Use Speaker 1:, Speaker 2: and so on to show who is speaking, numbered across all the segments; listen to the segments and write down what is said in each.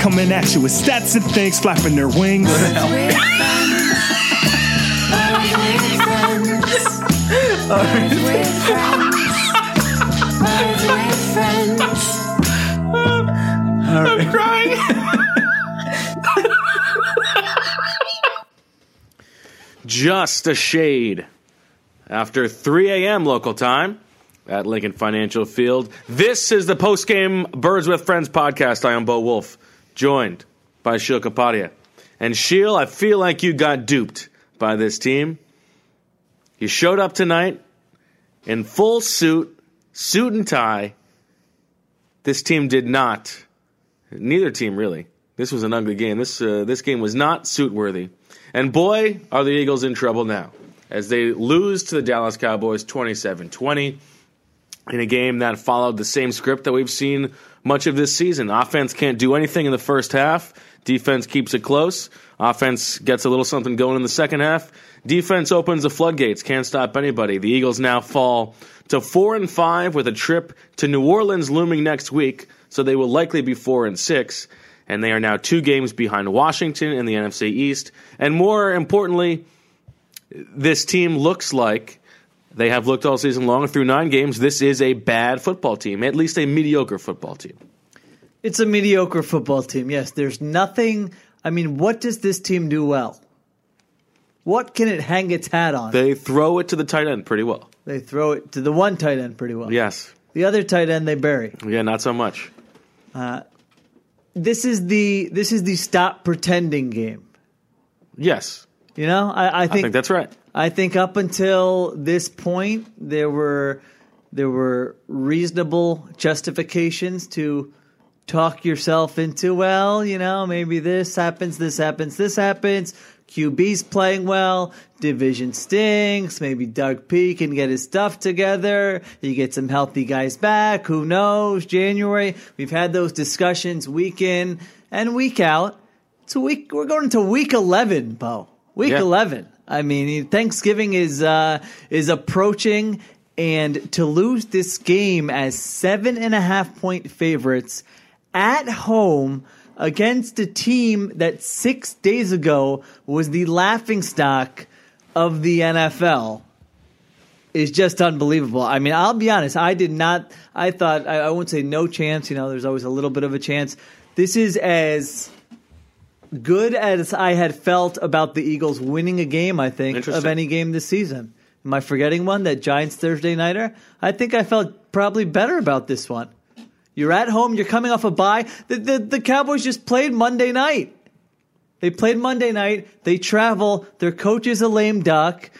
Speaker 1: coming at you with stats and things flapping their wings.
Speaker 2: Birds with friends. Birds with friends. Birds with friends.
Speaker 3: just a shade after 3 a.m. local time at Lincoln Financial Field. This is the post-game Birds with Friends podcast. I am Bo Wolf, joined by Sheil Kapadia. And Sheil, I feel like you got duped by this team. You showed up tonight in full suit, suit and tie. This team did not. Neither team really. This was an ugly game. This uh, this game was not suit worthy. And boy, are the Eagles in trouble now as they lose to the Dallas Cowboys 27 20 in a game that followed the same script that we've seen much of this season. Offense can't do anything in the first half, defense keeps it close. Offense gets a little something going in the second half. Defense opens the floodgates, can't stop anybody. The Eagles now fall to 4 and 5 with a trip to New Orleans looming next week, so they will likely be 4 and 6 and they are now two games behind Washington in the NFC East. And more importantly, this team looks like they have looked all season long through nine games. This is a bad football team, at least a mediocre football team.
Speaker 4: It's a mediocre football team. Yes, there's nothing. I mean, what does this team do well? What can it hang its hat on? They,
Speaker 3: They throw it to the tight end pretty well.
Speaker 4: throw it to the one tight end pretty well.
Speaker 3: Yes.
Speaker 4: The other tight end they bury.
Speaker 3: Yeah, not so much.
Speaker 4: This is the this is the stop pretending game.
Speaker 3: Yes.
Speaker 4: You know, I, I
Speaker 3: I
Speaker 4: think
Speaker 3: think that's right.
Speaker 4: I think up until this point, there were there were reasonable justifications to talk yourself into. Well, you know, maybe this happens, this happens, this happens. QB's playing well. Division stinks. Maybe Doug P can get his stuff together. You get some healthy guys back. Who knows? January. We've had those discussions week in and week out. It's week. We're going to week eleven, Bo. Week
Speaker 3: Yeah.
Speaker 4: eleven. I mean, Thanksgiving is uh, is approaching, and to lose this game as seven and a half point favorites at home against a team that six days ago was the laughing stock of the NFL is just unbelievable. I mean, I'll be honest. I did not. I thought I, I won't say no chance. You know, there's always a little bit of a chance. This is as good as I had felt about the Eagles winning a game. I think of
Speaker 3: Interesting.
Speaker 4: any game this season. Am I forgetting one? That Giants Thursday nighter. I think I felt probably better about this one. You're at home. You're coming off a bye. The the, the Cowboys just played Monday night. They played Monday night. They travel. Their coach is a lame duck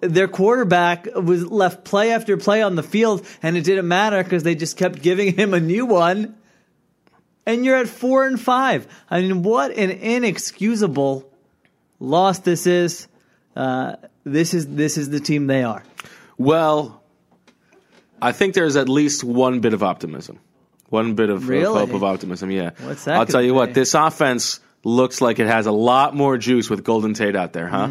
Speaker 4: their quarterback was left play after play on the field, and it didn't matter because they just kept giving him a new one. And you're at four and five. I mean, what an inexcusable loss this is. Uh, this is this is the team they are.
Speaker 3: Well, I think there's at least one bit of optimism, one bit of, of
Speaker 4: Really?
Speaker 3: hope of optimism. Yeah,
Speaker 4: What's that
Speaker 3: I'll tell
Speaker 4: gonna
Speaker 3: you
Speaker 4: be?
Speaker 3: what. This offense looks like it has a lot more juice with Golden Tate out there, huh?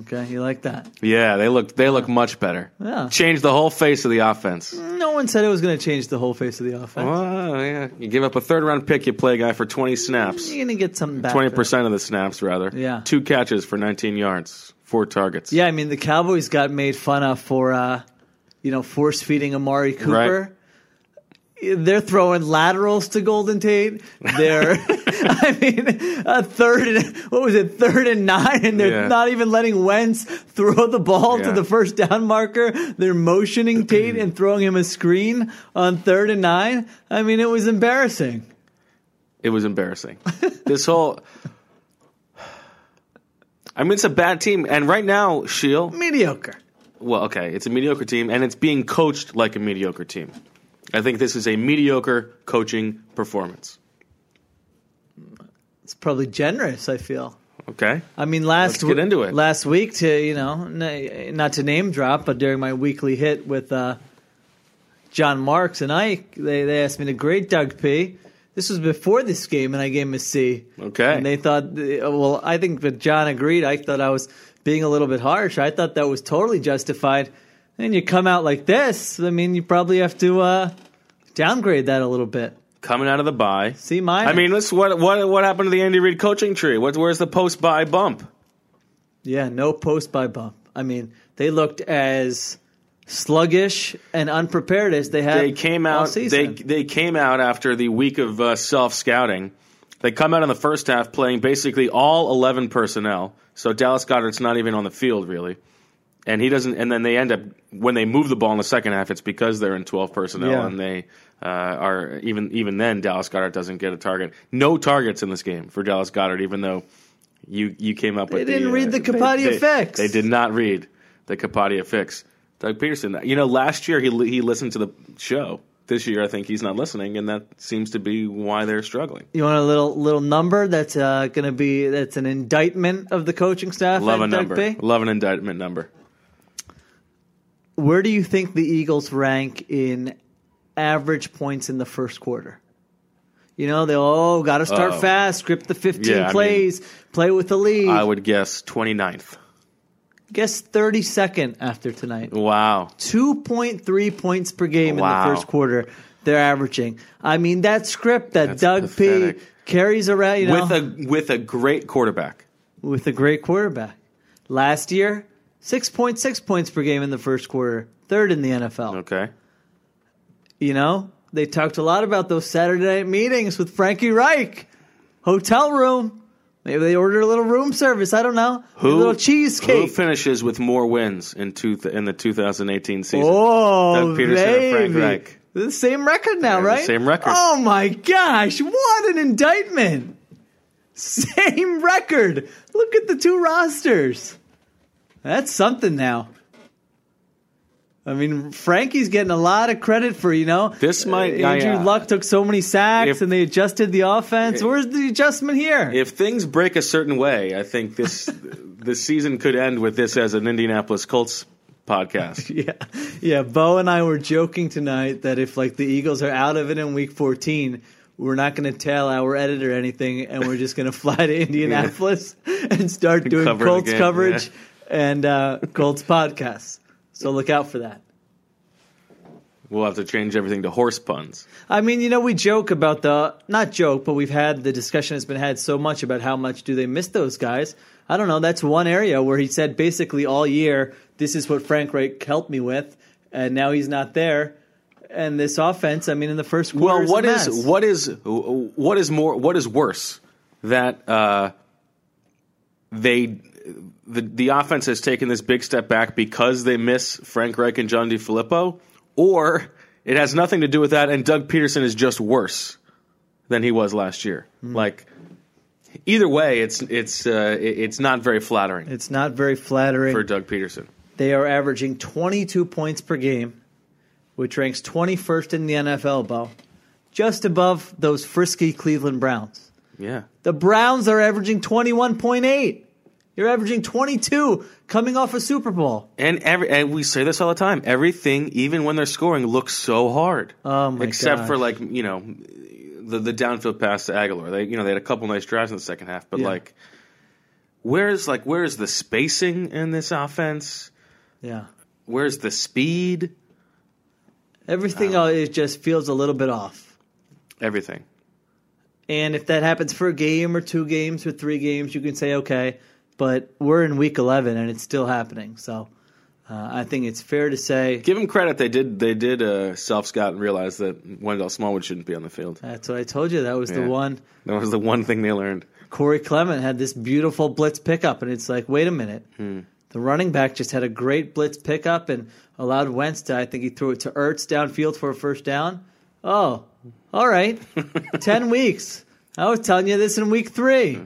Speaker 4: Okay, you like that?
Speaker 3: Yeah, they look they look much better.
Speaker 4: Hmm. Yeah.
Speaker 3: Change the whole face of the offense.
Speaker 4: No one said it was going to change the whole face of the offense.
Speaker 3: Oh, yeah. You give up a third round pick, you play a guy for 20 snaps.
Speaker 4: You're going to get something back. for
Speaker 3: Twenty
Speaker 4: that.
Speaker 3: percent of the snaps, rather.
Speaker 4: Yeah.
Speaker 3: Two catches for 19 yards, four targets.
Speaker 4: Yeah, I mean the Cowboys got made fun of for uh, you know force feeding Amari Cooper. They're throwing laterals to Golden Tate. They're, I mean, a third and what was it, third and nine, and they're
Speaker 3: Yeah.
Speaker 4: not even letting Wentz throw the ball to
Speaker 3: Yeah.
Speaker 4: the first down marker. They're motioning Tate and throwing him a screen on third and nine. I mean, it was embarrassing.
Speaker 3: It was embarrassing. this whole. I mean, it's a bad team, and right now, Shield.
Speaker 4: Mediocre.
Speaker 3: Well, okay, it's a mediocre team, and it's being coached like a mediocre team. I think this is a mediocre coaching performance.
Speaker 4: It's probably generous. I feel.
Speaker 3: Okay.
Speaker 4: I mean, last
Speaker 3: Let's get
Speaker 4: we-
Speaker 3: into it.
Speaker 4: Last week, to you know, n- not to name drop, but during my weekly hit with uh, John Marks and Ike, they they asked me to grade Doug P. This was before this game, and I gave him a C.
Speaker 3: Okay.
Speaker 4: And they thought, uh, well, I think that John agreed. I thought I was being a little bit harsh. I thought that was totally justified. And you come out like this. I mean, you probably have to uh, downgrade that a little bit.
Speaker 3: Coming out of the bye.
Speaker 4: C minus.
Speaker 3: I mean, let's what what what happened to the Andy Reid coaching tree? What where's the post buy bump?
Speaker 4: Yeah, no post by bump. I mean, they looked as sluggish and unprepared as they had.
Speaker 3: They came
Speaker 4: all
Speaker 3: out. They
Speaker 4: season.
Speaker 3: they came out after the week of uh, self scouting. They come out in the first half playing basically all eleven personnel. So Dallas Goddard's not even on the field really, and he doesn't. And then they end up when they move the ball in the second half. It's because they're in twelve personnel,
Speaker 4: Yeah.
Speaker 3: and they uh, are even even then Dallas Goddard doesn't get a target. No targets in this game for Dallas Goddard, even though you you came up with.
Speaker 4: didn't
Speaker 3: the, uh,
Speaker 4: read the
Speaker 3: they-
Speaker 4: Kapadia
Speaker 3: they-
Speaker 4: fix.
Speaker 3: They did not read the Kapadia fix. Doug Peterson. You know, last year he li- he listened to the show. This year, I think he's not listening, and that seems to be why they're struggling.
Speaker 4: you want a little little number that's uh, going to be that's an indictment of the coaching staff.
Speaker 3: Love a
Speaker 4: at Doug
Speaker 3: number.
Speaker 4: P?
Speaker 3: Love an indictment number.
Speaker 4: Where do you think the Eagles rank in average points in the first quarter? You know, they oh, got to start
Speaker 3: Oh.
Speaker 4: fast, script the fifteen
Speaker 3: Yeah, I mean,
Speaker 4: plays, play with the lead.
Speaker 3: I would guess 29th.
Speaker 4: guess thirty second after tonight.
Speaker 3: Wow.
Speaker 4: 2.3 points per game in
Speaker 3: Wow.
Speaker 4: the first quarter they're averaging. I mean, that script that
Speaker 3: That's
Speaker 4: Doug
Speaker 3: pathetic.
Speaker 4: P carries around, you know,
Speaker 3: With a with a great quarterback.
Speaker 4: with a great quarterback. Last year, 6.6 points per game in the first quarter, third in the NFL.
Speaker 3: Okay.
Speaker 4: You know, they talked a lot about those Saturday night meetings with Frankie Reich. Hotel room. Maybe they ordered a little room service. I don't know. a little
Speaker 3: Who
Speaker 4: cheesecake.
Speaker 3: finishes with more wins in two in the 2018 season?
Speaker 4: Oh,
Speaker 3: Doug Peterson
Speaker 4: baby.
Speaker 3: and Frank Reich.
Speaker 4: The same record now,
Speaker 3: the
Speaker 4: right?
Speaker 3: same record.
Speaker 4: Oh my gosh, what an indictment! Same record. Look at the two rosters. That's something now. I mean, Frankie's getting a lot of credit for you know.
Speaker 3: This might-
Speaker 4: uh, Andrew
Speaker 3: I, uh,
Speaker 4: Luck took so many sacks,
Speaker 3: if-
Speaker 4: and they adjusted the offense.
Speaker 3: If-
Speaker 4: Where's the adjustment here?
Speaker 3: if things break a certain way, I think this this season could end with this as an Indianapolis Colts podcast.
Speaker 4: Yeah, yeah. Bo and I were joking tonight that if like the Eagles are out of it in Week 14, we're not going to tell our editor anything, and we're just going to fly to Indianapolis and start doing
Speaker 3: cover the
Speaker 4: Colts
Speaker 3: game,
Speaker 4: coverage
Speaker 3: yeah.
Speaker 4: and uh, Colts podcasts. So look out for that.
Speaker 3: We'll have to change everything to horse puns.
Speaker 4: I mean, you know, we joke about the not joke, but we've had the discussion has been had so much about how much do they miss those guys. I don't know. That's one area where he said basically all year, this is what Frank Reich helped me with, and now he's not there. And this offense, I mean, in the first quarter,
Speaker 3: Well, what
Speaker 4: a
Speaker 3: is
Speaker 4: mess.
Speaker 3: what is what is more what is worse that uh, they the the offense has taken this big step back because they miss Frank Reich and John DiFilippo, or it has nothing to do with that, and Doug Peterson is just worse than he was last year.
Speaker 4: Hmm.
Speaker 3: Like either way, it's it's uh, it- it's not very flattering
Speaker 4: It's not very flattering.
Speaker 3: for Doug Peterson.
Speaker 4: They are averaging 22 points per game, which ranks 21st in the NFL, Bo, just above those frisky Cleveland Browns.
Speaker 3: Yeah,
Speaker 4: The Browns are averaging 21.8. You're averaging 22 coming off a Super Bowl.
Speaker 3: and every and we say this all the time. Everything, even when they're scoring, looks so hard.
Speaker 4: Oh my
Speaker 3: except for like
Speaker 4: gosh.
Speaker 3: you know the the downfield pass to Aguilar. They you know they had a couple nice drives in the second half, but
Speaker 4: Yeah.
Speaker 3: like where's like where's the spacing in this offense?
Speaker 4: Yeah.
Speaker 3: Where's the speed?
Speaker 4: Everything uh, it just feels a little bit off.
Speaker 3: Everything.
Speaker 4: And if that happens for a game or two games or three games, you can say, okay, but we're in week 11 and it's still happening. So uh, I think it's fair to say
Speaker 3: Give them credit. They did they did uh, self scout and realize that Wendell Smallwood shouldn't be on the field.
Speaker 4: that's what I told you. That was
Speaker 3: Yeah.
Speaker 4: the one.
Speaker 3: That was the one thing they learned.
Speaker 4: Corey Clement had this beautiful blitz pickup, and it's like, wait a minute.
Speaker 3: Hmm.
Speaker 4: The running back just had a great blitz pickup and allowed Wentz to, I think he threw it to Ertz downfield for a first down. Oh, all right. 10 weeks. I was telling you this in week three.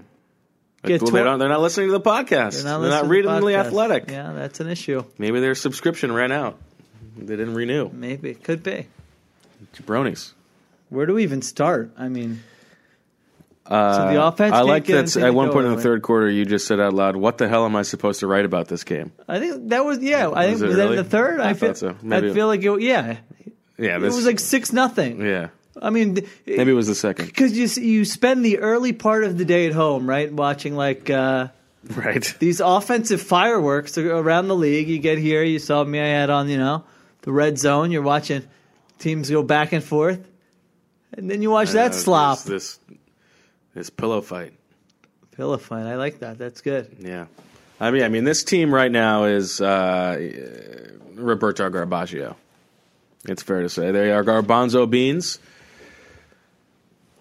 Speaker 4: Get
Speaker 3: well,
Speaker 4: tw-
Speaker 3: they don't, they're not listening to the podcast. Hmm. They're not,
Speaker 4: listening to the
Speaker 3: reading the
Speaker 4: podcast.
Speaker 3: athletic.
Speaker 4: Yeah, that's an issue.
Speaker 3: Maybe their subscription ran out. They didn't renew.
Speaker 4: Maybe. It could be.
Speaker 3: Jabronis.
Speaker 4: Where do we even start? I mean, so the offense.
Speaker 3: Uh, I
Speaker 4: can't
Speaker 3: like
Speaker 4: get
Speaker 3: that
Speaker 4: anything
Speaker 3: at
Speaker 4: to
Speaker 3: one
Speaker 4: go
Speaker 3: point in the
Speaker 4: with.
Speaker 3: third quarter, you just said out loud, What the hell am I supposed to write about this game?
Speaker 4: I think that was yeah. I think
Speaker 3: it
Speaker 4: was that in
Speaker 3: really?
Speaker 4: the third. I,
Speaker 3: I
Speaker 4: feel
Speaker 3: thought so. Maybe
Speaker 4: I
Speaker 3: it-
Speaker 4: feel like it, yeah.
Speaker 3: Yeah,
Speaker 4: It
Speaker 3: this
Speaker 4: was like six nothing.
Speaker 3: Yeah.
Speaker 4: I mean,
Speaker 3: Maybe it was the second.
Speaker 4: because you s- you spend the early part of the day at home, right, watching like uh,
Speaker 3: Right.
Speaker 4: these offensive fireworks around the league. You get here, you saw me. I had on you know the red zone. You're watching teams go back and forth, and then you watch that slop
Speaker 3: Uh, This, this this pillow fight.
Speaker 4: pillow fight. I like that. That's good.
Speaker 3: Yeah. I mean I mean this team right now is uh, Roberto Garbaggio. It's fair to say. They are garbanzo beans.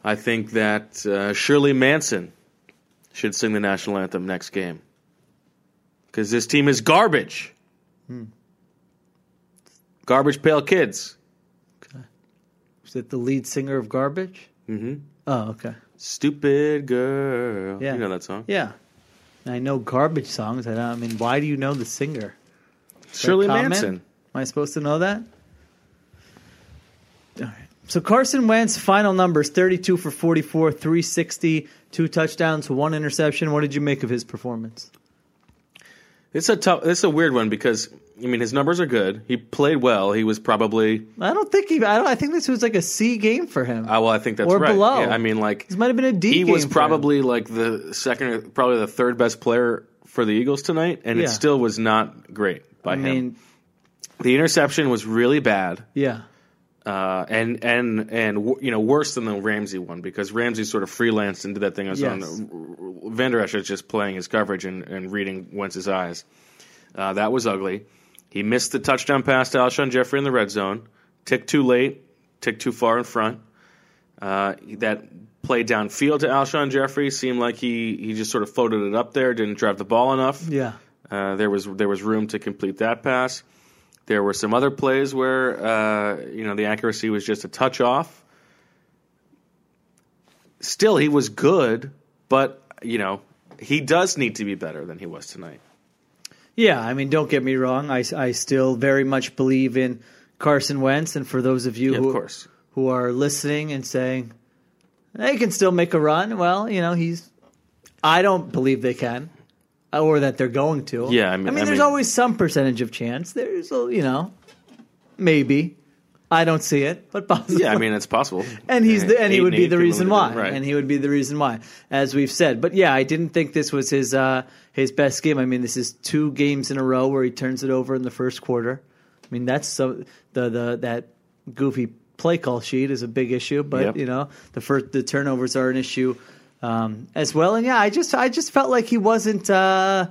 Speaker 3: I think that uh, Shirley Manson should sing the national anthem next game. Cuz this team is garbage.
Speaker 4: Hmm.
Speaker 3: Garbage pail kids.
Speaker 4: Is it the lead singer of Garbage? Mm-hmm. Oh, okay.
Speaker 3: Stupid girl.
Speaker 4: Yeah.
Speaker 3: You know that song?
Speaker 4: Yeah. I know garbage songs. I, don't, I mean, why do you know the singer?
Speaker 3: Shirley
Speaker 4: comment?
Speaker 3: Manson.
Speaker 4: Am I supposed to know that? All right. So Carson Wentz final numbers 32 for 44, 360, two touchdowns, one interception. What did you make of his performance?
Speaker 3: It's a tough. It's a weird one because I mean his numbers are good. He played well. He was probably
Speaker 4: I don't think he I, don't, I think this was like a C game for him.
Speaker 3: uh, well. I think that's
Speaker 4: Or
Speaker 3: right.
Speaker 4: below.
Speaker 3: Yeah, I mean, like
Speaker 4: this might have been a D
Speaker 3: he
Speaker 4: game
Speaker 3: was
Speaker 4: for him.
Speaker 3: probably like the second, or probably the third best player for the Eagles tonight, and
Speaker 4: Yeah.
Speaker 3: it still was not great by
Speaker 4: I
Speaker 3: him.
Speaker 4: mean,
Speaker 3: the interception was really bad,
Speaker 4: yeah.
Speaker 3: uh, and and and w- you know worse than the Ramsey one because Ramsey sort of freelanced and did that thing on his
Speaker 4: Yes.
Speaker 3: own. Van Der Esch was just playing his coverage and, and reading Wentz's eyes. Uh, that was ugly. He missed the touchdown pass to Alshon Jeffrey in the red zone. Ticked too late. Ticked too far in front. Uh, that play downfield to Alshon Jeffrey seemed like he, he just sort of floated it up there. Didn't drive the ball enough.
Speaker 4: Yeah.
Speaker 3: Uh, there was there was room to complete that pass. There were some other plays where uh, you know the accuracy was just a touch off. Still, he was good, but you know he does need to be better than he was tonight.
Speaker 4: Yeah, I mean, don't get me wrong. I, I still very much believe in Carson Wentz. And for those of you
Speaker 3: Yeah,
Speaker 4: who,
Speaker 3: of course,
Speaker 4: who are listening and saying, they can still make a run, well, you know, he's. I don't believe they can uh, or that they're going to.
Speaker 3: Yeah, I mean- I
Speaker 4: there's
Speaker 3: mean-
Speaker 4: always some percentage of chance. There's, a, you know, maybe. I don't see it, but possibly.
Speaker 3: yeah. I mean, it's possible.
Speaker 4: and he's the, and he
Speaker 3: Eight
Speaker 4: would be
Speaker 3: eight
Speaker 4: the
Speaker 3: could
Speaker 4: reason
Speaker 3: limit
Speaker 4: why,
Speaker 3: it, right?
Speaker 4: and he would be the reason why, as we've said. But yeah, I didn't think this was his uh, his best game. I mean, this is two games in a row where he turns it over in the first quarter. I mean, that's so the the that goofy play call sheet is a big issue, but
Speaker 3: Yep.
Speaker 4: you know the first the turnovers are an issue um, as well. And yeah, I just I just felt like he wasn't. Uh,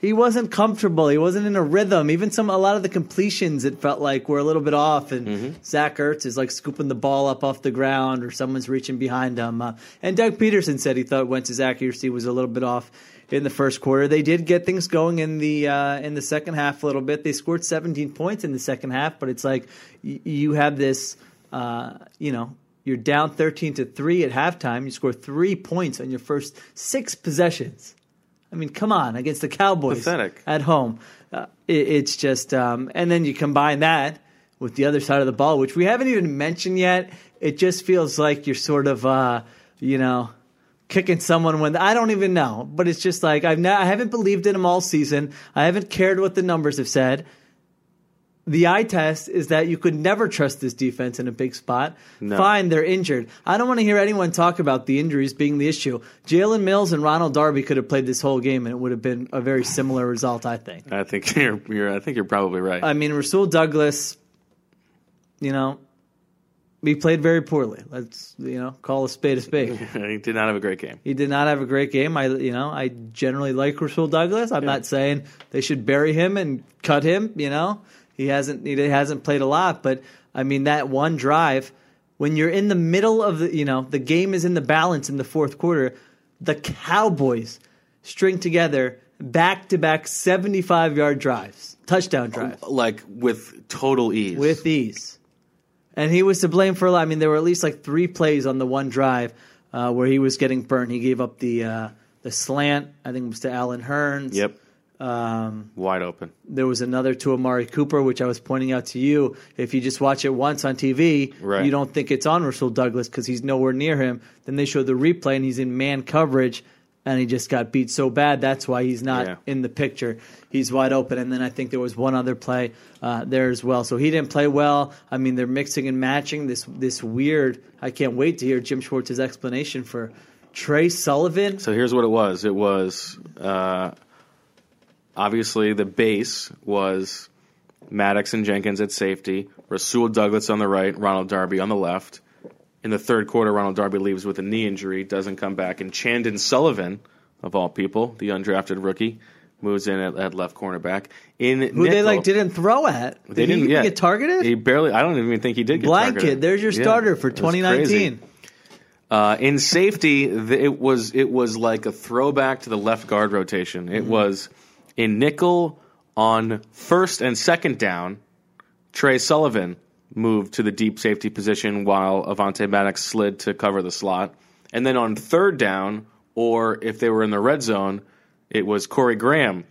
Speaker 4: he wasn't comfortable. He wasn't in a rhythm. Even some a lot of the completions it felt like were a little bit off. And Zach Ertz is like scooping the ball up off the ground, or someone's reaching behind him. Uh, and Doug Peterson said he thought Wentz's accuracy was a little bit off in the first quarter. They did get things going in the uh, in the second half a little bit. They scored 17 points in the second half, but it's like y- you have this, uh, you know. You're down 13 to 3 at halftime. You score three points on your first six possessions. I mean, come on, against the Cowboys
Speaker 3: Pathetic.
Speaker 4: at home. Uh, it, it's just, um, and then you combine that with the other side of the ball, which we haven't even mentioned yet. It just feels like you're sort of, uh, you know, kicking someone when I don't even know. But it's just like I've not, I haven't believed in him all season. I haven't cared what the numbers have said. The eye test is that you could never trust this defense in a big spot. Fine, they're injured. I don't want to hear anyone talk about the injuries being the issue. Jalen Mills and Ronald Darby could have played this whole game, and it would have been a very similar result, I think.
Speaker 3: I think you're, you're I think you're probably right.
Speaker 4: I mean, Rasul Douglas, you know, he played very poorly. Let's, you know, call a spade a spade.
Speaker 3: he did not have a great game.
Speaker 4: He did not have a great game. I, you know, I generally like Rasul Douglas. I'm not saying they should bury him and cut him. You know, he hasn't he hasn't played a lot, but I mean that one drive when you're in the middle of the, you know, the game is in the balance in the fourth quarter. The Cowboys string together back to back 75 yard drives, touchdown drives
Speaker 3: Like with total ease.
Speaker 4: with ease. And he was to blame for a lot. I mean, there were at least like three plays on the one drive uh, where he was getting burnt. He gave up the uh, the slant. I think it was to Alan Hearns.
Speaker 3: yep.
Speaker 4: Um,
Speaker 3: Wide open.
Speaker 4: There was another to Amari Cooper, which I was pointing out to you. If you just watch it once on TV,
Speaker 3: Right.
Speaker 4: you don't think it's on Russell Douglas because he's nowhere near him. Then they show the replay and he's in man coverage and he just got beat so bad. That's why he's not
Speaker 3: Yeah.
Speaker 4: in the picture. He's wide open. And then I think there was one other play uh, there as well. So he didn't play well. I mean, they're mixing and matching this this weird. I can't wait to hear Jim Schwartz's explanation for Trey Sullivan.
Speaker 3: So here's what it was. It was uh, obviously the base was Maddox and Jenkins at safety, Rasul Douglas on the right, Ronald Darby on the left. In the third quarter, Ronald Darby leaves with a knee injury, doesn't come back, and Chandon Sullivan, of all people, the undrafted rookie, moves in at, at left cornerback. In
Speaker 4: Who they like didn't throw at? Did
Speaker 3: they
Speaker 4: he
Speaker 3: didn't
Speaker 4: even
Speaker 3: yeah.
Speaker 4: get targeted?
Speaker 3: He barely. I don't even think he did. get
Speaker 4: Blanket.
Speaker 3: targeted.
Speaker 4: There's your
Speaker 3: Yeah,
Speaker 4: starter for
Speaker 3: it was crazy.
Speaker 4: 2019.
Speaker 3: Uh, in safety, th- it was it was like a throwback to the left guard rotation.
Speaker 4: Mm-hmm.
Speaker 3: It was in nickel on first and second down. Trey Sullivan moved to the deep safety position while Avante Maddox slid to cover the slot, and then on third down, or if they were in the red zone, it was Corey Graham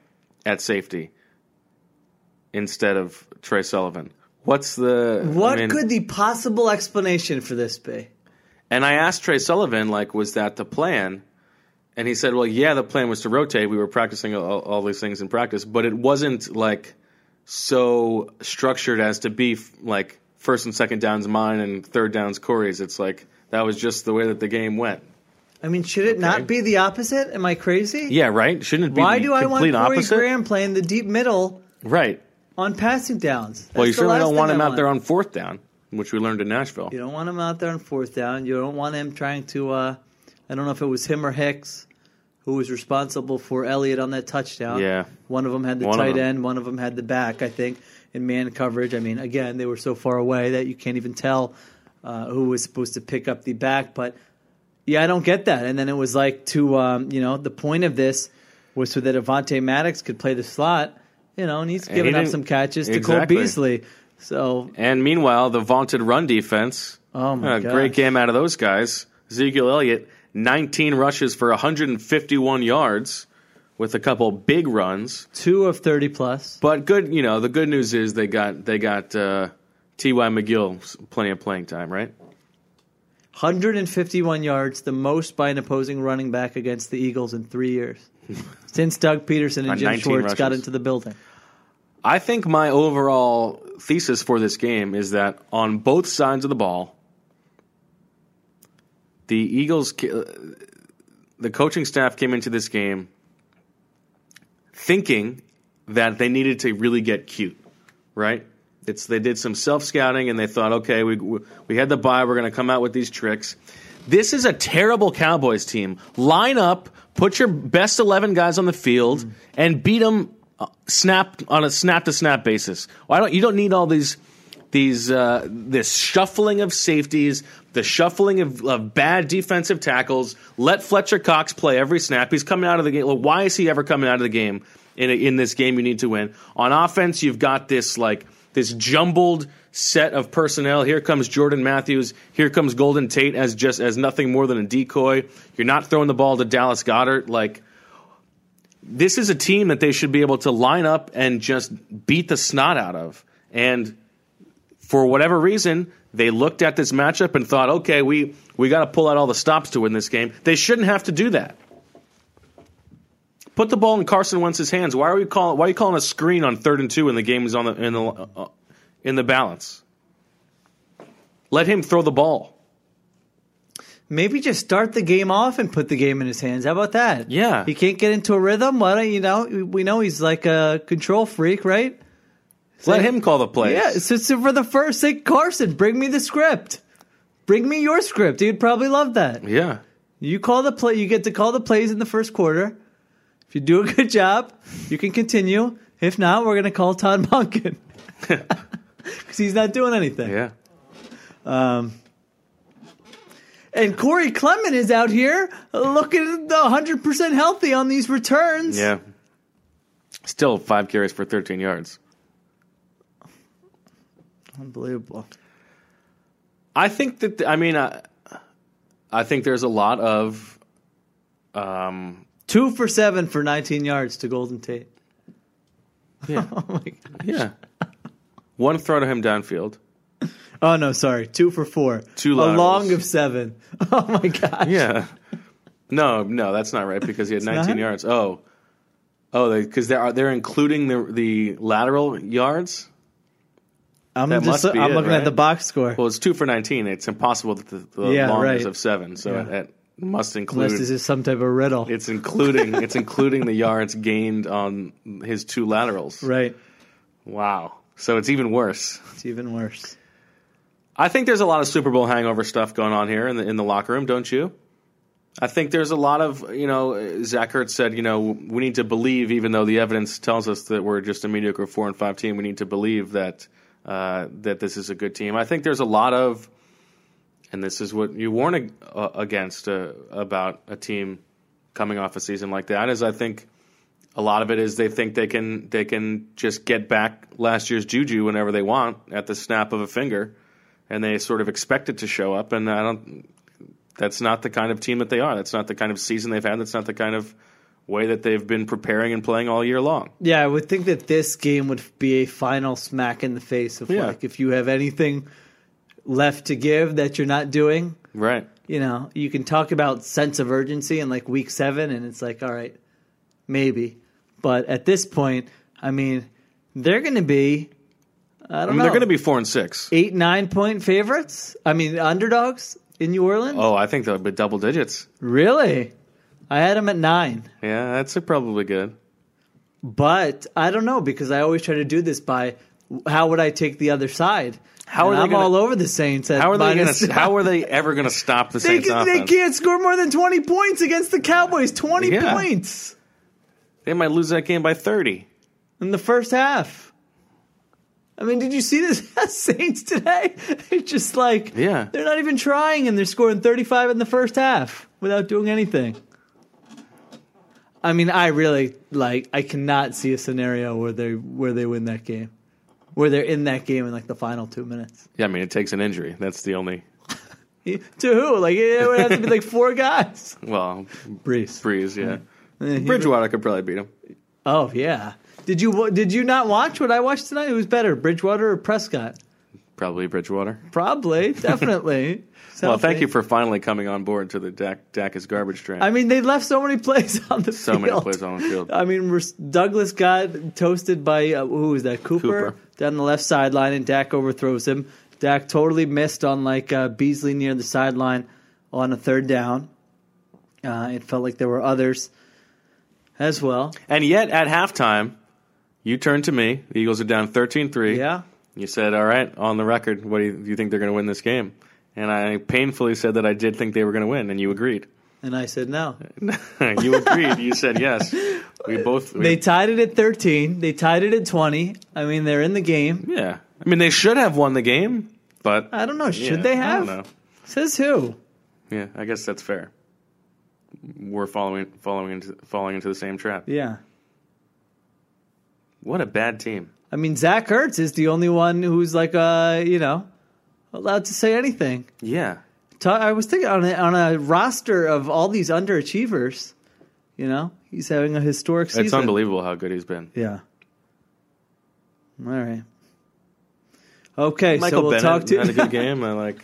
Speaker 3: at safety instead of Trey Sullivan. What's the I
Speaker 4: What
Speaker 3: mean-
Speaker 4: could the possible explanation for this be?
Speaker 3: and I asked Trey Sullivan, like, was that the plan? And he said, well, yeah, the plan was to rotate. We were practicing all, all these things in practice, but it wasn't like so structured as to be f- like first and second downs mine and third downs Corey's. It's like that was just the way that the game went.
Speaker 4: I mean, should it not be the opposite? Am I crazy?
Speaker 3: Yeah, right. Shouldn't it be
Speaker 4: Why
Speaker 3: the
Speaker 4: do I want
Speaker 3: complete
Speaker 4: Corey
Speaker 3: opposite?
Speaker 4: Graham playing the deep middle
Speaker 3: Right.
Speaker 4: on passing downs? That's
Speaker 3: Well, you
Speaker 4: the
Speaker 3: certainly
Speaker 4: last
Speaker 3: don't want
Speaker 4: thing
Speaker 3: him
Speaker 4: I
Speaker 3: out there on fourth down, which we learned in Nashville.
Speaker 4: You don't want him out there on fourth down. You don't want him trying to. Uh, I don't know if it was him or Hicks who was responsible for Elliott on that touchdown.
Speaker 3: Yeah.
Speaker 4: One of them had the
Speaker 3: One of
Speaker 4: tight
Speaker 3: them.
Speaker 4: end, one of them had the back, I think, in man coverage. I mean, again, they were so far away that you can't even tell uh, who was supposed to pick up the back. But yeah, I don't get that. And then it was like to, um, you know, the point of this was so that Avante Maddox could play the slot, you know, and he's
Speaker 3: he
Speaker 4: giving up
Speaker 3: didn't-
Speaker 4: some catches to Cole
Speaker 3: Exactly.
Speaker 4: Beasley. So
Speaker 3: And meanwhile, the vaunted run defense.
Speaker 4: Oh, my
Speaker 3: a
Speaker 4: gosh.
Speaker 3: Great game out of those guys. Ezekiel Elliott, 19 rushes for 151 yards with a couple big runs.
Speaker 4: two of 30 plus.
Speaker 3: But good, you know, the good news is they got they got uh, T.Y. McGill s- plenty of playing time, right?
Speaker 4: 151 yards, the most by an opposing running back against the Eagles in three years since Doug Peterson
Speaker 3: On
Speaker 4: and Jim
Speaker 3: 19
Speaker 4: Schwartz got
Speaker 3: rushes.
Speaker 4: into the building.
Speaker 3: I think my overall thesis for this game is that on both sides of the ball, the Eagles, ca- uh, the coaching staff came into this game thinking that they needed to really get cute, right? It's they did some self scouting and they thought, okay, we we had the buy, we're going to come out with these tricks. This is a terrible Cowboys team. Line up, put your best eleven guys on the field, and beat them snap on a snap to snap basis. Why don't you don't need all these these uh, this shuffling of safeties, the shuffling of, of bad defensive tackles. Let Fletcher Cox play every snap. He's coming out of the game. Well, why is he ever coming out of the game in a, in this game? You need to win on offense. You've got this like this jumbled set of personnel. Here comes Jordan Matthews. Here comes Golden Tate as just as nothing more than a decoy. You're not throwing the ball to Dallas Goddard like this is a team that they should be able to line up and just beat the snot out of. And for whatever reason, they looked at this matchup and thought, okay, we, we got to pull out all the stops to win this game. They shouldn't have to do that. Put the ball in Carson Wentz's hands. Why are we calling? Why are you calling a screen on third and two when the game is on the in the uh, in the balance? Let him throw the ball.
Speaker 4: Maybe just start the game off and put the game in his hands. How about that?
Speaker 3: Yeah.
Speaker 4: He can't get into a rhythm. Why don't you know? We know he's like a control freak, right?
Speaker 3: Let him call the plays.
Speaker 4: Yeah. So, so for the first sake, Carson, bring me the script. Bring me your script. You'd probably love that.
Speaker 3: yeah.
Speaker 4: You call the play. You get to call the plays in the first quarter. If you do a good job, you can continue. If not, we're going to call Todd Monken because he's not doing anything.
Speaker 3: Yeah.
Speaker 4: And Corey Clement is out here looking 100 percent healthy on these returns.
Speaker 3: Yeah. Still five carries for 13 yards.
Speaker 4: unbelievable.
Speaker 3: I think that I mean I, I think there's a lot of um,
Speaker 4: Two for seven for 19 yards to Golden Tate.
Speaker 3: Yeah.
Speaker 4: Oh, my God.
Speaker 3: yeah. One throw to him downfield.
Speaker 4: oh no, sorry. Two for four.
Speaker 3: Two
Speaker 4: A
Speaker 3: laterals.
Speaker 4: long of seven. Oh my gosh.
Speaker 3: Yeah. No, no, that's not right because he had 19
Speaker 4: not?
Speaker 3: yards. Oh. Oh, because they, are they're including the the lateral yards.
Speaker 4: I'm
Speaker 3: That
Speaker 4: just
Speaker 3: must be
Speaker 4: I'm
Speaker 3: it,
Speaker 4: looking at
Speaker 3: right?
Speaker 4: the box score.
Speaker 3: Well, it's two for 19. It's impossible that the, the
Speaker 4: Yeah,
Speaker 3: long
Speaker 4: right.
Speaker 3: is of seven, so
Speaker 4: Yeah.
Speaker 3: it, it must include.
Speaker 4: Unless this is some type of riddle.
Speaker 3: it's including it's including the yards gained on his two laterals.
Speaker 4: right.
Speaker 3: Wow. So it's even worse.
Speaker 4: It's even worse.
Speaker 3: I think there's a lot of Super Bowl hangover stuff going on here in the in the locker room, don't you? I think there's a lot of you know. Zach Ertz said, you know, we need to believe, even though the evidence tells us that we're just a mediocre four and five team. We need to believe that uh, that this is a good team. I think there's a lot of, and this is what you warn ag- uh, against uh, about a team coming off a season like that is I think a lot of it is they think they can they can just get back last year's juju whenever they want at the snap of a finger and they sort of expect it to show up. And I don't. That's not the kind of team that they are. That's not the kind of season they've had. That's not the kind of way that they've been preparing and playing all year long.
Speaker 4: Yeah, I would think that this game would be a final smack in the face of
Speaker 3: Yeah.
Speaker 4: like if you have anything left to give that you're not doing,
Speaker 3: Right.
Speaker 4: you know, you can talk about sense of urgency in like week 7 and it's like all right, maybe. But at this point, I mean, they're going to be I don't
Speaker 3: I mean,
Speaker 4: know.
Speaker 3: they're going to be four and six.
Speaker 4: 8 9 point favorites? I mean, underdogs in New Orleans?
Speaker 3: Oh, I think they'll be double digits.
Speaker 4: Really? I had them at 9.
Speaker 3: Yeah, that's probably good.
Speaker 4: But I don't know because I always try to do this by how would I take the other side?
Speaker 3: How are
Speaker 4: And
Speaker 3: they
Speaker 4: I'm
Speaker 3: gonna-
Speaker 4: all over the Saints. At
Speaker 3: How are they going
Speaker 4: minus-
Speaker 3: to? How are they ever going to stop the
Speaker 4: they,
Speaker 3: Saints
Speaker 4: can, they
Speaker 3: offense?
Speaker 4: can't score more than twenty points against the Cowboys. Twenty
Speaker 3: Yeah.
Speaker 4: points
Speaker 3: They might lose that game by thirty.
Speaker 4: in the first half. I mean, did you see the Saints today? It's just like
Speaker 3: Yeah.
Speaker 4: they're not even trying, and they're scoring thirty-five in the first half without doing anything. I mean, I really like. I cannot see a scenario where they where they win that game, where they're in that game in like the final two minutes.
Speaker 3: Yeah, I mean, it takes an injury. That's the only.
Speaker 4: To who? Like it would have to be like four guys.
Speaker 3: Well,
Speaker 4: Brees.
Speaker 3: Breeze. Yeah,
Speaker 4: Eh, he-
Speaker 3: Bridgewater could probably beat him.
Speaker 4: Oh yeah. Did you wa- did you not watch what I watched tonight? Who was better, Bridgewater or Prescott?
Speaker 3: Probably Bridgewater.
Speaker 4: Probably, definitely.
Speaker 3: Well, thank you for finally coming on board to the Dak, Dak is garbage train.
Speaker 4: I mean, they left so many plays on the
Speaker 3: so
Speaker 4: field.
Speaker 3: many plays on the field.
Speaker 4: I mean, Res- Douglas got toasted by uh, who was that? Cooper,
Speaker 3: Cooper.
Speaker 4: down the left sideline, and Dak overthrows him. Dak totally missed on like uh, Beasley near the sideline on a third down. Uh, it felt like there were others as well.
Speaker 3: And yet at halftime, you turned to me. The Eagles are down 13 3.
Speaker 4: Yeah,
Speaker 3: You said, All right, on the record, what do you, do you think they're going to win this game? And I painfully said that I did think they were going to win, and you agreed.
Speaker 4: and I said no.
Speaker 3: you agreed. You said yes. We both. We,
Speaker 4: They tied it at thirteen. They tied it at twenty. I mean, they're in the game.
Speaker 3: yeah. I mean, they should have won the game, but.
Speaker 4: I don't know.
Speaker 3: yeah,
Speaker 4: Should they
Speaker 3: I
Speaker 4: have?
Speaker 3: don't know.
Speaker 4: Says who?
Speaker 3: Yeah, I guess that's fair. We're following, following into, falling into the same trap.
Speaker 4: Yeah.
Speaker 3: What a bad team.
Speaker 4: I mean, Zach Ertz is the only one who's like, uh, you know, allowed to say anything.
Speaker 3: Yeah.
Speaker 4: Ta- I was thinking on a, on a roster of all these underachievers, you know, he's having a historic season.
Speaker 3: It's unbelievable how good he's been.
Speaker 4: Yeah. All right. Okay,
Speaker 3: Michael
Speaker 4: so we'll
Speaker 3: Bennett
Speaker 4: talk to
Speaker 3: had a good game. I like.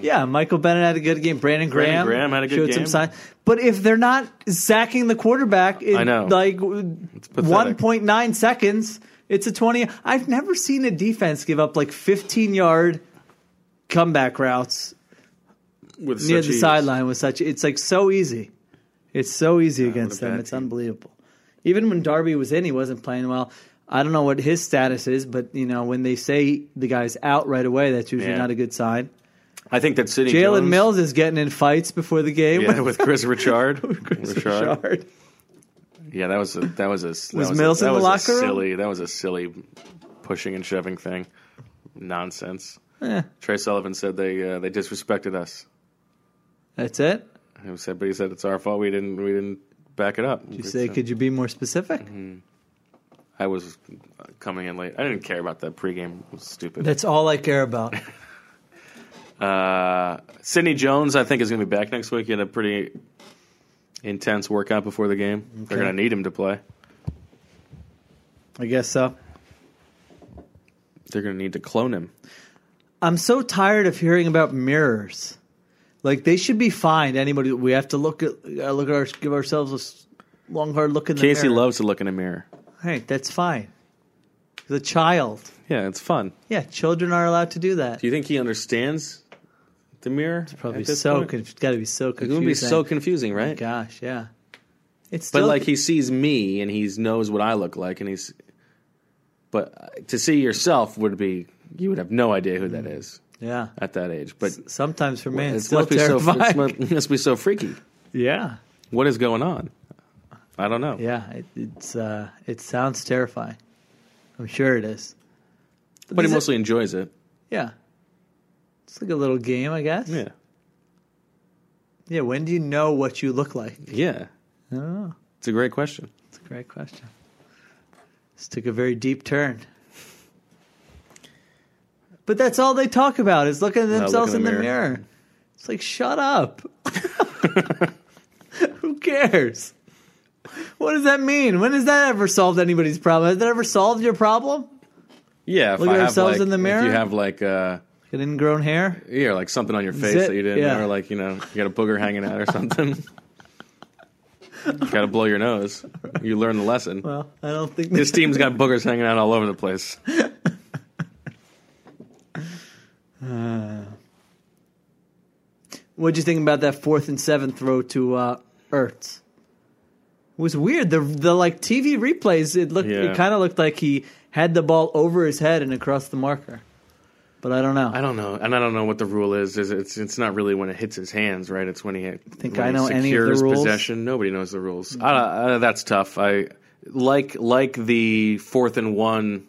Speaker 4: yeah, Michael Bennett had a good game. Brandon
Speaker 3: Brandon
Speaker 4: Graham,
Speaker 3: Graham had a good
Speaker 4: showed
Speaker 3: game.
Speaker 4: some sign. But if they're not sacking the quarterback in
Speaker 3: I know.
Speaker 4: like
Speaker 3: pathetic.
Speaker 4: one point nine seconds, it's a twenty. I've never seen a defense give up like fifteen yard comeback routes
Speaker 3: with
Speaker 4: near
Speaker 3: such
Speaker 4: the
Speaker 3: ease.
Speaker 4: sideline with such. It's like so easy. It's so easy against
Speaker 3: what a
Speaker 4: them.
Speaker 3: bad
Speaker 4: It's
Speaker 3: team.
Speaker 4: unbelievable. Even when Darby was in, he wasn't playing well. I don't know what his status is, but you know when they say the guy's out right away, that's usually
Speaker 3: Yeah.
Speaker 4: not a good sign.
Speaker 3: I think that City
Speaker 4: Jalen
Speaker 3: Jones-
Speaker 4: Mills is getting in fights before the game.
Speaker 3: yeah, with Chris Richard. Richard.
Speaker 4: Richard.
Speaker 3: Yeah, that was a, that was a that
Speaker 4: Was
Speaker 3: was
Speaker 4: Mills
Speaker 3: a,
Speaker 4: in
Speaker 3: that was
Speaker 4: the
Speaker 3: a
Speaker 4: locker room?
Speaker 3: silly that was a silly pushing and shoving thing, nonsense. Trey Sullivan said they uh, they disrespected us.
Speaker 4: That's it.
Speaker 3: He said, but he said it's our fault. We didn't we didn't back it up.
Speaker 4: You say, could you be more specific?
Speaker 3: Mm-hmm. I was coming in late. I didn't care about that pregame. It was stupid.
Speaker 4: That's all I care about.
Speaker 3: Uh, Sidney Jones, I think, is going to be back next week. He had a pretty intense workout before the game. They're
Speaker 4: Okay.
Speaker 3: going to need him to play.
Speaker 4: I guess so.
Speaker 3: They're going to need to clone him.
Speaker 4: I'm so tired of hearing about mirrors. Like they should be fined. Anybody, we have to look at uh, look at our give ourselves a s- long hard look in the
Speaker 3: Casey
Speaker 4: mirror.
Speaker 3: loves to look in a mirror.
Speaker 4: Hey, that's fine. The child.
Speaker 3: Yeah, it's fun.
Speaker 4: Yeah, children are allowed to do that.
Speaker 3: Do you think he understands the mirror?
Speaker 4: Probably
Speaker 3: at this
Speaker 4: so.
Speaker 3: point?
Speaker 4: Conf- Got to be so
Speaker 3: It's
Speaker 4: confusing.
Speaker 3: going to be so confusing, Oh right?
Speaker 4: Gosh, yeah. It's
Speaker 3: But
Speaker 4: still
Speaker 3: like he sees me and he knows what I look like, and he's. But uh, to see yourself would be you would have no idea who that is
Speaker 4: yeah.
Speaker 3: at that age. But it
Speaker 4: Sometimes for me, it's
Speaker 3: must
Speaker 4: still
Speaker 3: be so
Speaker 4: terrifying.
Speaker 3: it must, it must be so freaky.
Speaker 4: yeah,
Speaker 3: What is going on? I don't know.
Speaker 4: yeah. It, it's uh, it sounds terrifying. I'm sure it is.
Speaker 3: but he
Speaker 4: is it-
Speaker 3: mostly enjoys it.
Speaker 4: Yeah. It's like a little game, I guess.
Speaker 3: Yeah,
Speaker 4: Yeah. When do you know what you look like?
Speaker 3: yeah.
Speaker 4: Oh,
Speaker 3: It's a great question.
Speaker 4: it's a great question. This took a very deep turn. But that's all they talk about is looking at
Speaker 3: look
Speaker 4: themselves
Speaker 3: in
Speaker 4: in
Speaker 3: the
Speaker 4: the,
Speaker 3: mirror.
Speaker 4: mirror. It's like, shut up. Who cares? What does that mean? When has that ever solved anybody's problem? Has that ever solved your problem?
Speaker 3: Yeah, if
Speaker 4: Look
Speaker 3: I
Speaker 4: at
Speaker 3: have,
Speaker 4: ourselves
Speaker 3: like-
Speaker 4: in the
Speaker 3: If you
Speaker 4: mirror?
Speaker 3: have like uh,
Speaker 4: Get ingrown hair?
Speaker 3: yeah, like something on your face
Speaker 4: Zit,
Speaker 3: that you didn't,
Speaker 4: yeah.
Speaker 3: or like you know, you got a booger hanging out or something. got to blow your nose. You learn the lesson.
Speaker 4: Well, I don't think
Speaker 3: His team's got boogers hanging out all over the place.
Speaker 4: What'd you think about that fourth and seventh throw to uh, Ertz? It was weird. The the like TV replays, it looked
Speaker 3: Yeah.
Speaker 4: it kind of looked like he had the ball over his head and across the marker. But I don't know.
Speaker 3: I don't know, and I don't know what the rule is. Is it's it's not really when it hits his hands, right? It's when he think
Speaker 4: I know any of the rules.
Speaker 3: Possession. Nobody knows the rules. I, I, that's tough. I like like the fourth and one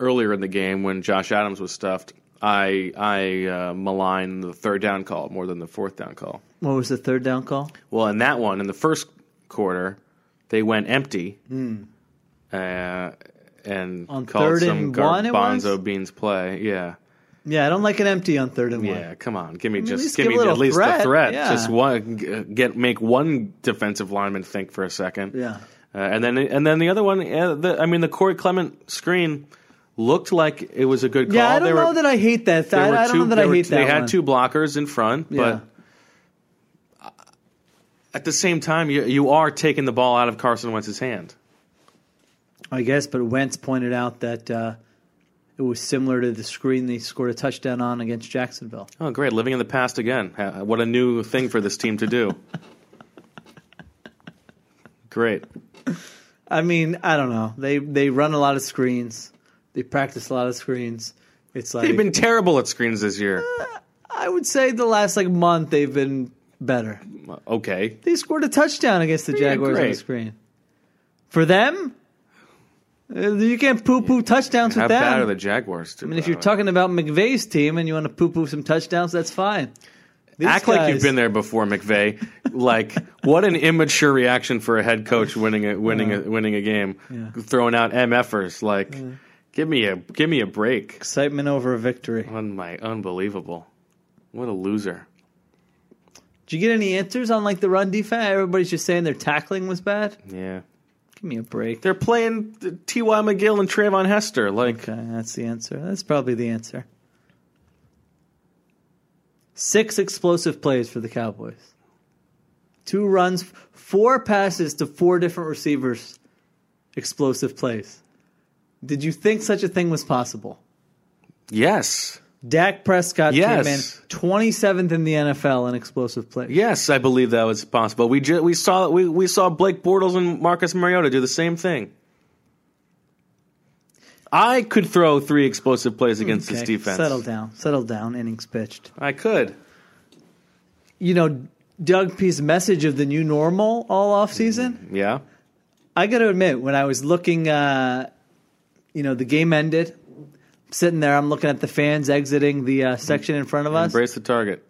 Speaker 3: earlier in the game when Josh Adams was stuffed. I I uh, malign the third down call more than the fourth down call.
Speaker 4: what was the third down call?
Speaker 3: Well, in that one, in the first quarter, they went empty. Uh, and
Speaker 4: Hmm. On
Speaker 3: called
Speaker 4: third
Speaker 3: some
Speaker 4: and
Speaker 3: gar-
Speaker 4: one it was?
Speaker 3: Bonzo Beans play. Yeah.
Speaker 4: Yeah, I don't like an empty on third and
Speaker 3: Yeah,
Speaker 4: one.
Speaker 3: come on, give me just
Speaker 4: least
Speaker 3: give, me
Speaker 4: give a
Speaker 3: at
Speaker 4: little
Speaker 3: least the
Speaker 4: threat,
Speaker 3: threat.
Speaker 4: yeah.
Speaker 3: Just one g- get make one defensive lineman think for a second.
Speaker 4: Yeah.
Speaker 3: uh, and then and then the other one. Uh, the, I mean, the Corey Clement screen looked like it was a good call.
Speaker 4: Yeah, I don't
Speaker 3: There
Speaker 4: know
Speaker 3: were-
Speaker 4: that I hate that.
Speaker 3: there
Speaker 4: I,
Speaker 3: were
Speaker 4: I don't
Speaker 3: two-
Speaker 4: know that
Speaker 3: there
Speaker 4: I
Speaker 3: were-
Speaker 4: hate that.
Speaker 3: They had
Speaker 4: one.
Speaker 3: two blockers in front,
Speaker 4: Yeah.
Speaker 3: but. At the same time, you, you are taking the ball out of Carson Wentz's hand.
Speaker 4: I guess, but Wentz pointed out that uh, it was similar to the screen they scored a touchdown on against Jacksonville.
Speaker 3: Oh, great! Living in the past again. Uh, What a new thing for this team to do. great.
Speaker 4: I mean, I don't know. They they run a lot of screens. They practice a lot of screens. It's like
Speaker 3: They've been terrible at screens this year.
Speaker 4: I would say the last like month they've been better.
Speaker 3: Uh, Okay,
Speaker 4: They scored a touchdown against the Jaguars on
Speaker 3: great.
Speaker 4: the screen. For them, uh, you can't poo poo touchdowns
Speaker 3: How
Speaker 4: with them.
Speaker 3: bad are the Jaguars?
Speaker 4: I mean, if you're talking about McVay's team and you want to poo poo some touchdowns, that's fine. These
Speaker 3: act like you've
Speaker 4: guys-
Speaker 3: been there before, McVay. like, what an immature reaction for a head coach winning a winning a, winning a game, throwing out mfers. Like, give me a give me a break.
Speaker 4: Excitement over a victory.
Speaker 3: On my unbelievable, what a loser.
Speaker 4: Did you get any answers on like the run defense? Everybody's just saying their tackling was bad.
Speaker 3: Yeah,
Speaker 4: Give me a break.
Speaker 3: they're playing T. Y. McGill and Trayvon Hester. Like,
Speaker 4: Okay, that's the answer. That's probably the answer. Six explosive plays for the Cowboys. Two runs, four passes to four different receivers. Explosive plays. Did you think such a thing was possible?
Speaker 3: yes,
Speaker 4: Dak Prescott
Speaker 3: Yes.
Speaker 4: came in 27th in the NFL in explosive plays.
Speaker 3: yes, I believe that was possible. We ju- we saw we we saw Blake Bortles and Marcus Mariota do the same thing. I could throw three explosive plays against this
Speaker 4: Okay,
Speaker 3: defense.
Speaker 4: Settle down. Settle down. Innings pitched.
Speaker 3: I could.
Speaker 4: You know, Doug P's message of the new normal all offseason.
Speaker 3: Yeah.
Speaker 4: I got to admit, when I was looking, uh, you know, the game ended. Sitting there, I'm looking at the fans exiting the uh, section in front of us.
Speaker 3: Embrace the target.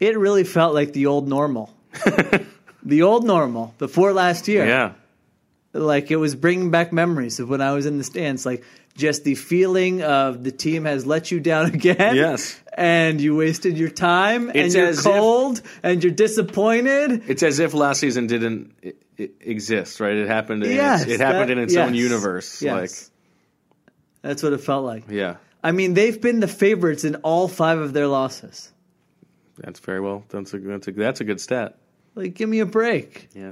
Speaker 4: It really felt like the old normal. the old normal before last year.
Speaker 3: Yeah.
Speaker 4: Like it was bringing back memories of when I was in the stands. Like just the feeling of the team has let you down again.
Speaker 3: Yes.
Speaker 4: And you wasted your time
Speaker 3: It's
Speaker 4: and you're
Speaker 3: as if-
Speaker 4: cold and you're disappointed.
Speaker 3: It's as if last season didn't i- i- e, exist, right? It happened. In
Speaker 4: Yes.
Speaker 3: its, it happened in
Speaker 4: that-
Speaker 3: its own
Speaker 4: yes,
Speaker 3: universe.
Speaker 4: yes. That's what it felt like.
Speaker 3: Yeah,
Speaker 4: I mean, they've been the favorites in all five of their losses.
Speaker 3: that's very well. That's a that's a that's a good stat.
Speaker 4: Like, give me a break.
Speaker 3: Yeah,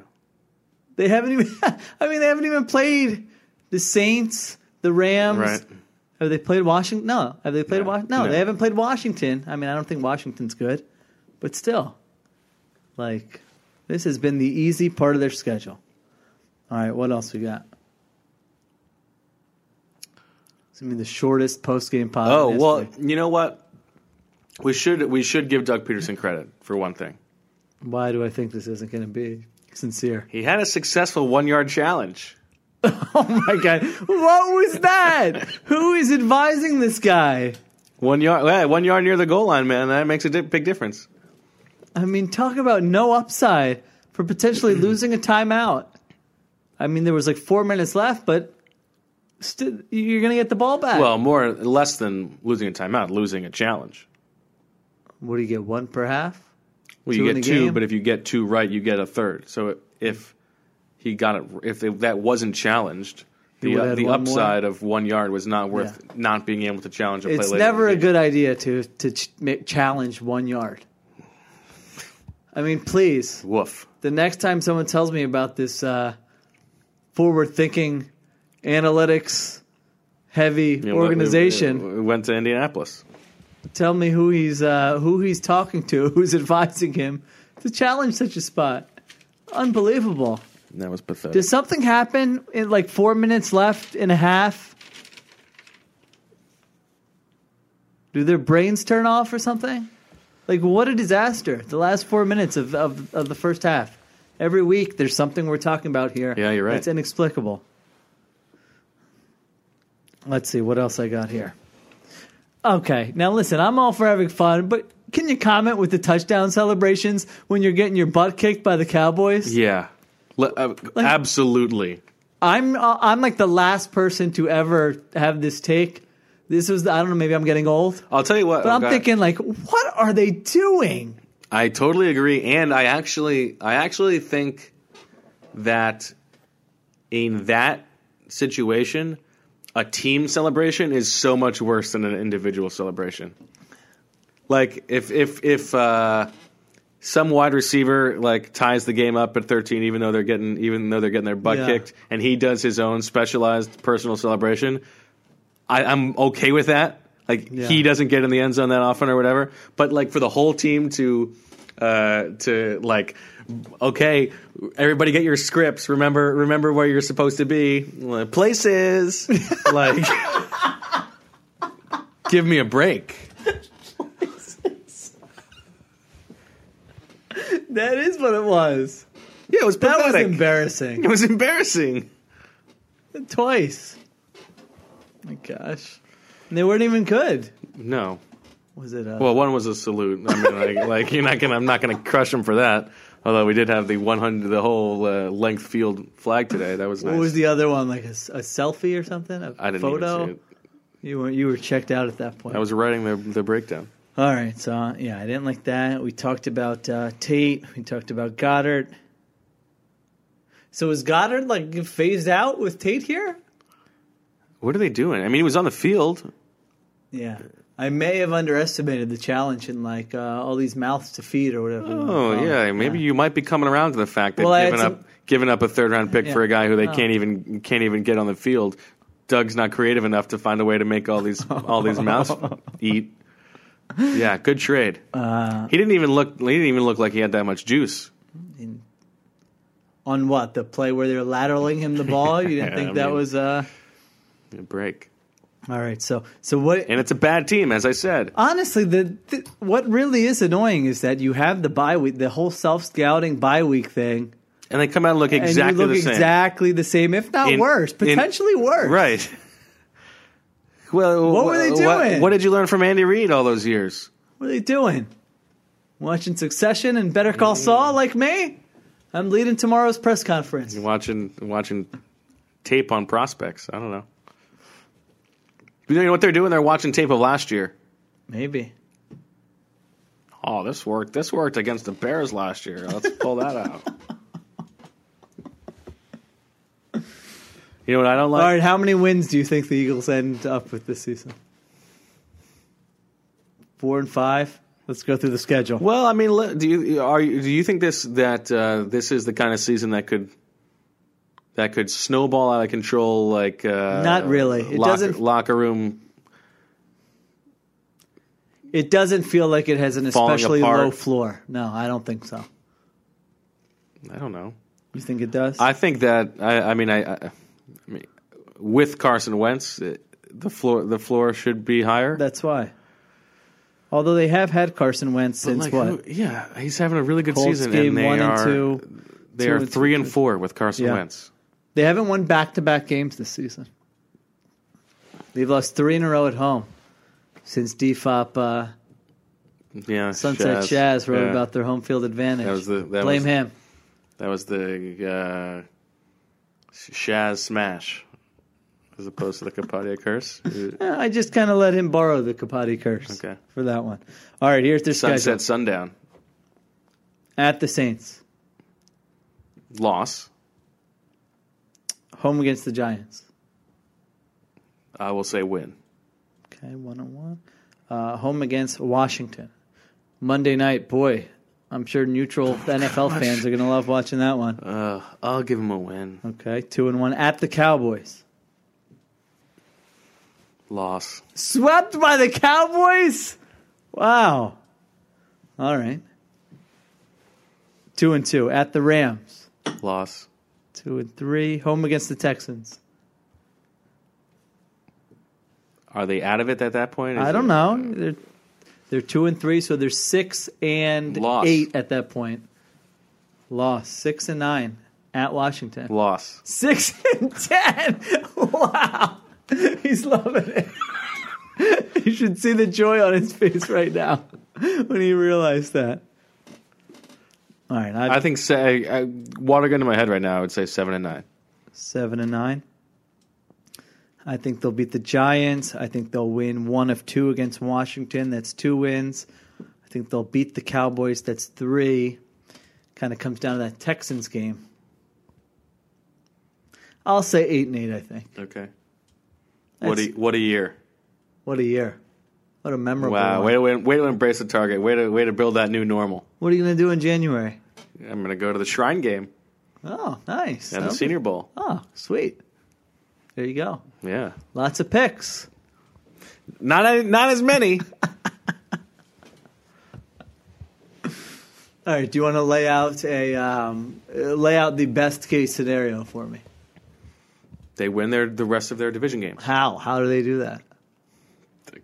Speaker 4: They haven't even. I mean, they haven't even played the Saints, the Rams.
Speaker 3: right.
Speaker 4: Have they played Washington? No. Have they played
Speaker 3: No.
Speaker 4: Washington? No,
Speaker 3: No.
Speaker 4: they haven't played Washington. I mean, I don't think Washington's good, but still, like, this has been the easy part of their schedule. All right, what else we got? It's gonna be the shortest post game pod.
Speaker 3: Oh
Speaker 4: this
Speaker 3: well,
Speaker 4: week.
Speaker 3: you know what? We should we should give Doug Peterson credit for one thing.
Speaker 4: why do I think this isn't gonna be sincere?
Speaker 3: He had a successful one yard challenge.
Speaker 4: Oh my god, what was that? Who is advising this guy?
Speaker 3: One yard, hey, one yard near the goal line, man. That makes a di- big difference.
Speaker 4: I mean, talk about no upside for potentially losing a timeout. I mean, there was like four minutes left, but still, you're going to get the ball back.
Speaker 3: Well, more less than losing a timeout, losing a challenge.
Speaker 4: what do you get? One per half?
Speaker 3: Well,
Speaker 4: Two
Speaker 3: you
Speaker 4: in
Speaker 3: get
Speaker 4: a
Speaker 3: two,
Speaker 4: game?
Speaker 3: but if you get two right, you get a third. So if he got it, if it, that wasn't challenged, the,
Speaker 4: would've had
Speaker 3: the
Speaker 4: one more.
Speaker 3: upside of one yard was not worth not being able to challenge a play.
Speaker 4: It's
Speaker 3: later in
Speaker 4: never
Speaker 3: the
Speaker 4: a
Speaker 3: game.
Speaker 4: good idea to to ch- ma- challenge one yard. I mean, please.
Speaker 3: woof.
Speaker 4: The next time someone tells me about this uh, forward-thinking, analytics-heavy
Speaker 3: You know,
Speaker 4: organization,
Speaker 3: we- we- we went to Indianapolis.
Speaker 4: tell me who he's uh, who he's talking to, who's advising him to challenge such a spot. Unbelievable.
Speaker 3: That was pathetic.
Speaker 4: Did something happen in like four minutes left in a half? Do their brains turn off or something? Like what a disaster! The last four minutes of of, of the first half. Every week there's something we're talking about here.
Speaker 3: Yeah, you're right.
Speaker 4: It's inexplicable. Let's see what else I got here. Okay, now listen, I'm all for having fun, but can you comment with the touchdown celebrations when you're getting your butt kicked by the Cowboys?
Speaker 3: yeah, Le- uh, absolutely.
Speaker 4: I'm uh, I'm like the last person to ever have this take. This was the, I don't know maybe I'm getting old,
Speaker 3: I'll tell you what.
Speaker 4: but I'm
Speaker 3: okay.
Speaker 4: thinking like what are they doing?
Speaker 3: I totally agree, and I actually, I actually think that in that situation, a team celebration is so much worse than an individual celebration. Like if if if uh, some wide receiver like ties the game up at 13, even though they're getting even though they're getting their butt
Speaker 4: Yeah.
Speaker 3: kicked, and he does his own specialized personal celebration, I, I'm okay with that. Like
Speaker 4: Yeah.
Speaker 3: he doesn't get in the end zone that often or whatever. But like for the whole team to uh to like okay everybody get your scripts remember remember where you're supposed to be Like, places like give me a break
Speaker 4: That is what it was.
Speaker 3: yeah it was
Speaker 4: That was
Speaker 3: pathetic it
Speaker 4: embarrassing.
Speaker 3: was embarrassing
Speaker 4: Twice. my gosh. And they weren't even good.
Speaker 3: no
Speaker 4: Was it uh,
Speaker 3: Well, one was a salute. I mean, like, like you're not gonna, I'm not gonna crush him for that. Although we did have the 100, the whole uh, length field flag today. That was nice.
Speaker 4: what was the other one like a, s- a selfie or something? A
Speaker 3: I didn't
Speaker 4: photo?
Speaker 3: even see it.
Speaker 4: You were you were checked out at that point.
Speaker 3: I was writing the the breakdown.
Speaker 4: All right, so uh, yeah, I didn't like that. We talked about uh, Tate. We talked about Goddard. So is Goddard like phased out with Tate here?
Speaker 3: What are they doing? I mean, he was on the field.
Speaker 4: Yeah, I may have underestimated the challenge and like uh, all these mouths to feed or whatever.
Speaker 3: Oh yeah, maybe you might be coming around to the fact that
Speaker 4: Well, I had
Speaker 3: giving
Speaker 4: some-
Speaker 3: up giving up a third round pick
Speaker 4: Yeah.
Speaker 3: for a guy who they
Speaker 4: Oh.
Speaker 3: can't even can't even get on the field. Doug's not creative enough to find a way to make all these all these mouths eat. Yeah, good trade.
Speaker 4: Uh.
Speaker 3: he didn't even look. He didn't even look like he had that much juice.
Speaker 4: on what the play where they're lateraling him the ball? You didn't
Speaker 3: Yeah,
Speaker 4: think
Speaker 3: I
Speaker 4: that
Speaker 3: mean-
Speaker 4: was uh...
Speaker 3: A break.
Speaker 4: all right? So so what?
Speaker 3: And it's a bad team, as I said.
Speaker 4: honestly, the, the what really is annoying is that you have the bye week, the whole self scouting bye week thing.
Speaker 3: And they come out and look exactly
Speaker 4: and you look
Speaker 3: the same.
Speaker 4: exactly the same, if not
Speaker 3: In-
Speaker 4: worse,
Speaker 3: in-
Speaker 4: potentially worse.
Speaker 3: right. Well,
Speaker 4: What were they
Speaker 3: wh- what-
Speaker 4: doing?
Speaker 3: What, did you learn from Andy Reid all those years?
Speaker 4: What are they doing? Watching Succession and Better
Speaker 3: Mm.
Speaker 4: Call Saul, like me? I'm leading tomorrow's press conference.
Speaker 3: Watching watching tape on prospects. I don't know. You know what they're doing? They're watching tape of last year.
Speaker 4: Maybe.
Speaker 3: Oh, this worked. This worked against the Bears last year. Let's pull that out. You know what I don't like?
Speaker 4: All right, how many wins do you think the Eagles end up with this season? Four and five. Let's go through the schedule.
Speaker 3: Well, I mean, le- do you are you- do you think this that uh, this is the kind of season that could that could snowball out of control? Like, uh,
Speaker 4: Not really. It
Speaker 3: locker,
Speaker 4: doesn't-
Speaker 3: locker room
Speaker 4: It doesn't feel like it has an
Speaker 3: Falling
Speaker 4: especially
Speaker 3: apart.
Speaker 4: low floor. No, I don't think so.
Speaker 3: I don't know.
Speaker 4: You think it does?
Speaker 3: I think that I, I mean I, I, I mean with Carson Wentz it, the floor the floor should be higher.
Speaker 4: That's why. Although they have had Carson Wentz
Speaker 3: But,
Speaker 4: since
Speaker 3: like,
Speaker 4: what?
Speaker 3: who- yeah, he's having a really good
Speaker 4: Colts
Speaker 3: season.
Speaker 4: game
Speaker 3: and they
Speaker 4: one
Speaker 3: are,
Speaker 4: and two.
Speaker 3: They
Speaker 4: two
Speaker 3: are
Speaker 4: and
Speaker 3: three and four with Carson
Speaker 4: Yeah.
Speaker 3: Wentz.
Speaker 4: They haven't won back to back games this season. They've lost three in a row at home since DFOP uh,
Speaker 3: Yeah,
Speaker 4: Sunset Jazz wrote
Speaker 3: yeah.
Speaker 4: about their home field advantage.
Speaker 3: That was the- that
Speaker 4: Blame
Speaker 3: was-
Speaker 4: him.
Speaker 3: That was the uh, Shaz smash, as opposed to the Capadia curse.
Speaker 4: Eh, I just kind of let him borrow the Capati curse
Speaker 3: Okay.
Speaker 4: for that one. All right, here's their schedule
Speaker 3: Sunset sundown
Speaker 4: at the Saints,
Speaker 3: loss.
Speaker 4: home against the Giants.
Speaker 3: I will say win.
Speaker 4: Okay, one on one. Uh, home against Washington. Monday night, boy, I'm sure neutral NFL fans are going to love watching that one.
Speaker 3: Uh, I'll give him a win.
Speaker 4: Okay, two and one at the Cowboys.
Speaker 3: Loss.
Speaker 4: Swept by the Cowboys? Wow. All right. Two and two at the Rams.
Speaker 3: Loss.
Speaker 4: Two and three, home against the Texans.
Speaker 3: Are they out of it at that point? Is
Speaker 4: I don't
Speaker 3: it-
Speaker 4: know. They're they're two and three, so they're six and
Speaker 3: Loss.
Speaker 4: eight at that point. Loss six and nine at Washington.
Speaker 3: Loss.
Speaker 4: Six and ten. Wow, he's loving it. you should see the joy on his face right now when he realized that. All right, I,
Speaker 3: I think say I, water gun to my head right now. I would say seven and nine.
Speaker 4: seven and nine. I think they'll beat the Giants. I think they'll win one of two against Washington. That's two wins. I think they'll beat the Cowboys. That's three. Kind of comes down to that Texans game. I'll say eight and eight. I think.
Speaker 3: Okay. What a,
Speaker 4: That's-
Speaker 3: what a year!
Speaker 4: What a year! What a memorable.
Speaker 3: Wow.
Speaker 4: one.
Speaker 3: Way to win, way to embrace the target. Way to way to build that new normal.
Speaker 4: What are you going to do in January?
Speaker 3: I'm gonna go to the Shrine Game
Speaker 4: Oh, nice.
Speaker 3: and the
Speaker 4: That'll be-
Speaker 3: Senior Bowl.
Speaker 4: Oh, sweet. There you go.
Speaker 3: Yeah.
Speaker 4: Lots of picks.
Speaker 3: Not not as many.
Speaker 4: All right. Do you want to lay out a um, uh, lay out the best case scenario for me?
Speaker 3: they win their the rest of their division games.
Speaker 4: How? How do they do that?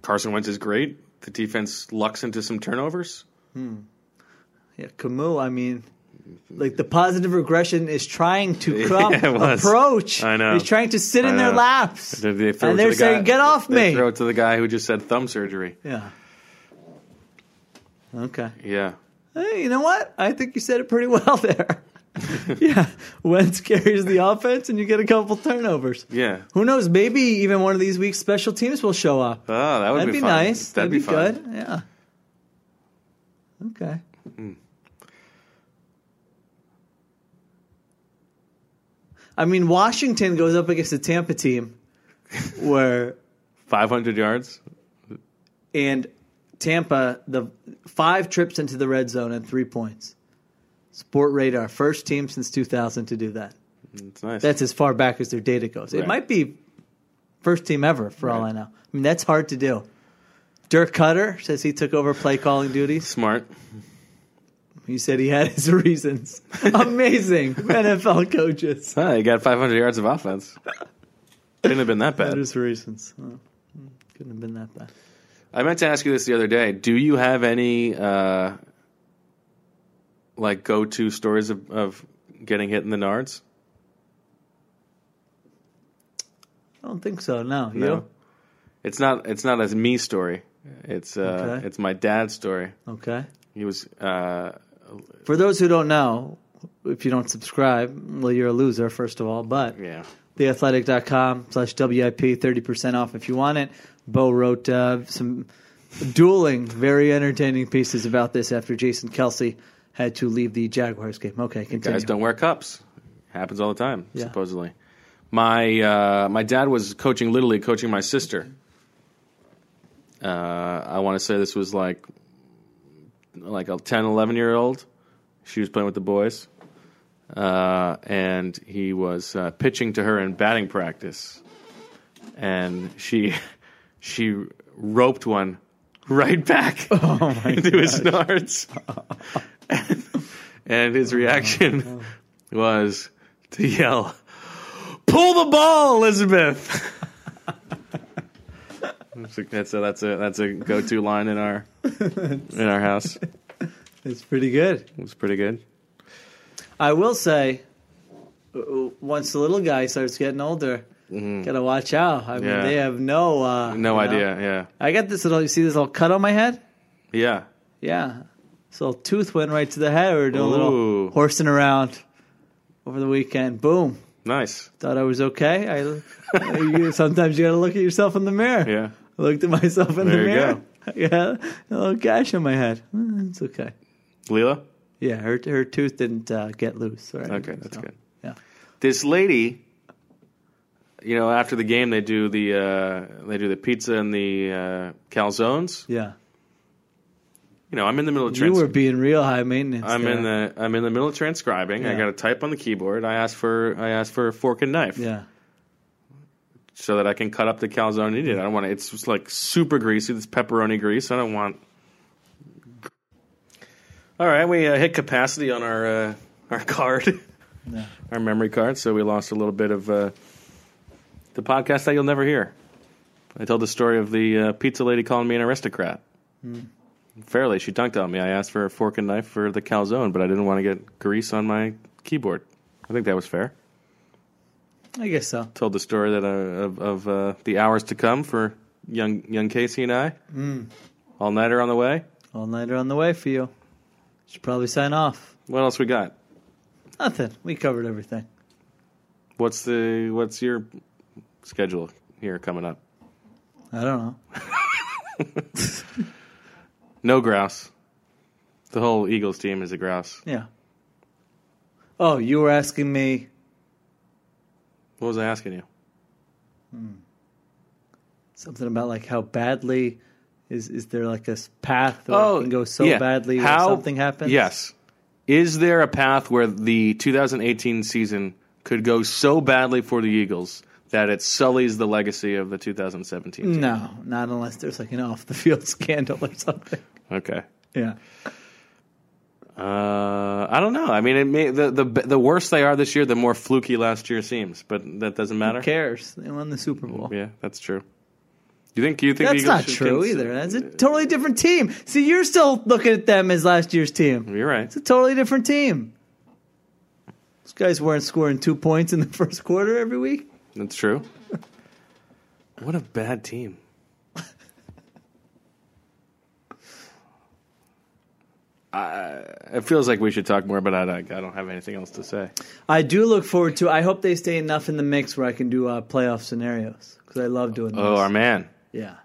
Speaker 3: Carson Wentz is great. The defense lucks into some turnovers.
Speaker 4: Yeah, Camus. I mean, like the positive regression is trying to crumb
Speaker 3: Yeah, it was.
Speaker 4: approach.
Speaker 3: I know.
Speaker 4: He's trying to sit
Speaker 3: I
Speaker 4: in their
Speaker 3: know.
Speaker 4: laps,
Speaker 3: They- they throw it
Speaker 4: and
Speaker 3: to
Speaker 4: they're
Speaker 3: the guy-
Speaker 4: saying, "Get off
Speaker 3: they
Speaker 4: me!"
Speaker 3: Throw it to the guy who just had thumb surgery.
Speaker 4: yeah. Okay.
Speaker 3: Yeah,
Speaker 4: Hey, you know what? I think you said it pretty well there. yeah, Wentz carries the offense, and you get a couple turnovers.
Speaker 3: yeah.
Speaker 4: Who knows? Maybe even one of these weeks, special teams will show up.
Speaker 3: Oh, that would
Speaker 4: That'd
Speaker 3: be,
Speaker 4: be,
Speaker 3: fun.
Speaker 4: nice.
Speaker 3: That'd, be, fun.
Speaker 4: good. Yeah. Okay.
Speaker 3: Mm.
Speaker 4: I mean, Washington goes up against a Tampa team where
Speaker 3: Five hundred yards.
Speaker 4: and Tampa the five trips into the red zone and three points. Sport Radar, first team since 2000 to do that.
Speaker 3: It's nice.
Speaker 4: That's as far back as their data goes. It
Speaker 3: Right.
Speaker 4: might be first team ever for all
Speaker 3: Right.
Speaker 4: I know. I mean, that's hard to do. Dirk Cutter says he took over play calling duties.
Speaker 3: smart.
Speaker 4: He said he had his reasons. Amazing NFL coaches.
Speaker 3: Ah, he got five hundred yards of offense. Couldn't have been that
Speaker 4: Had
Speaker 3: bad.
Speaker 4: his reasons. Oh, couldn't have been that bad.
Speaker 3: I meant to ask you this the other day. Do you have any uh, like go to stories of, of getting hit in the nards?
Speaker 4: I don't think so. No, you
Speaker 3: No. It's not. It's not a me story. It's uh,
Speaker 4: Okay.
Speaker 3: it's my dad's story.
Speaker 4: okay?
Speaker 3: He was uh,
Speaker 4: For those who don't know, if you don't subscribe, well, you're a loser first of all. But
Speaker 3: yeah.
Speaker 4: theathletic.com slash WIP, 30% off if you want it. Bo wrote uh, some dueling, very entertaining pieces about this after Jason Kelsey had to leave the Jaguars game. Okay, continue.
Speaker 3: Guys don't wear cups. Happens all the time,
Speaker 4: Yeah.
Speaker 3: supposedly. my uh, my dad was coaching Little League, coaching my sister. Uh, I want to say this was like like a 10, 11 year old. She was playing with the boys, uh, and he was uh, pitching to her in batting practice, and she she roped one right back into his nards, and his reaction was to yell pull the ball, Elizabeth. that's a that's a that's a go to line in our in our house. It
Speaker 4: It's pretty good.
Speaker 3: was pretty good.
Speaker 4: I will say, uh, once the little guy starts getting older, gotta watch out. I mean,
Speaker 3: Mm-hmm. Yeah.
Speaker 4: they have no uh, you
Speaker 3: No
Speaker 4: know.
Speaker 3: idea. Yeah,
Speaker 4: I got this little. You see this little cut on my head?
Speaker 3: yeah.
Speaker 4: Yeah, this little tooth went right to the head. We were doing a
Speaker 3: Ooh.
Speaker 4: little horsing around over the weekend. Boom.
Speaker 3: Nice.
Speaker 4: Thought I was okay. I you- sometimes you gotta look at yourself in the mirror.
Speaker 3: Yeah.
Speaker 4: I looked at myself in
Speaker 3: There
Speaker 4: the
Speaker 3: you
Speaker 4: mirror. Yeah, a little gash on my head. Mm, It's okay.
Speaker 3: Leela.
Speaker 4: Yeah, her her tooth didn't uh, get loose. Right?
Speaker 3: Okay, that's good.
Speaker 4: Yeah.
Speaker 3: This lady. You know, after the game, they do the uh, they do the pizza and the uh, calzones.
Speaker 4: Yeah.
Speaker 3: You know, I'm in the middle of
Speaker 4: You were
Speaker 3: transcribing.
Speaker 4: being real high maintenance.
Speaker 3: I'm
Speaker 4: there.
Speaker 3: in the I'm in the middle of transcribing. I
Speaker 4: Yeah.
Speaker 3: got to type on the keyboard. I asked for I asked for a fork and knife.
Speaker 4: Yeah.
Speaker 3: so that I can cut up the calzone and eat it. I don't want to. It's just like super greasy. This pepperoni grease. I don't want. All right, we uh, hit capacity on our uh, our card,
Speaker 4: Yeah.
Speaker 3: our memory card. So we lost a little bit of uh, the podcast that you'll never hear. I told the story of the uh, pizza lady calling me an aristocrat. Fairly, she tongue tied me. I asked for a fork and knife for the calzone, but I didn't want to get grease on my keyboard. I think that was fair
Speaker 4: I guess so.
Speaker 3: told the story that uh, of, of uh, the hours to come for young young Casey and I.
Speaker 4: Mm.
Speaker 3: All nighter on the way.
Speaker 4: All nighter on the way for you. Should probably sign off.
Speaker 3: What else we got?
Speaker 4: Nothing. We covered everything.
Speaker 3: What's the what's your schedule here coming up?
Speaker 4: I don't know.
Speaker 3: No grouse. The whole Eagles team is a grouse.
Speaker 4: Yeah. Oh, you were asking me.
Speaker 3: What was I asking you?
Speaker 4: Something about like how badly is is there like a s- path that Oh, can go so
Speaker 3: Oh, yeah.
Speaker 4: badly
Speaker 3: How-
Speaker 4: when something happens?
Speaker 3: Yes. Is there a path where the 2018 season could go so badly for the Eagles that it sullies the legacy of the 2017? team?
Speaker 4: No, not unless there's like an off the field scandal or something.
Speaker 3: Okay.
Speaker 4: Yeah.
Speaker 3: Uh, I don't know. I mean, it may, the the the worse they are this year, the more fluky last year seems. But that doesn't matter.
Speaker 4: Who cares? They won the Super Bowl.
Speaker 3: Yeah, that's true. You think you think the
Speaker 4: That's
Speaker 3: Eagles
Speaker 4: not
Speaker 3: should
Speaker 4: true
Speaker 3: cons-
Speaker 4: either. That's a totally different team. See, you're still looking at them as last year's team.
Speaker 3: You're right.
Speaker 4: It's a totally different team. Those guys weren't scoring two points in the first quarter every week.
Speaker 3: That's true. What a bad team. I, it feels like we should talk more, but I, don't- I don't have anything else to say.
Speaker 4: I do look forward to. I hope they stay enough in the mix where I can do uh, playoff scenarios because I love doing those.
Speaker 3: Oh, our man
Speaker 4: yeah,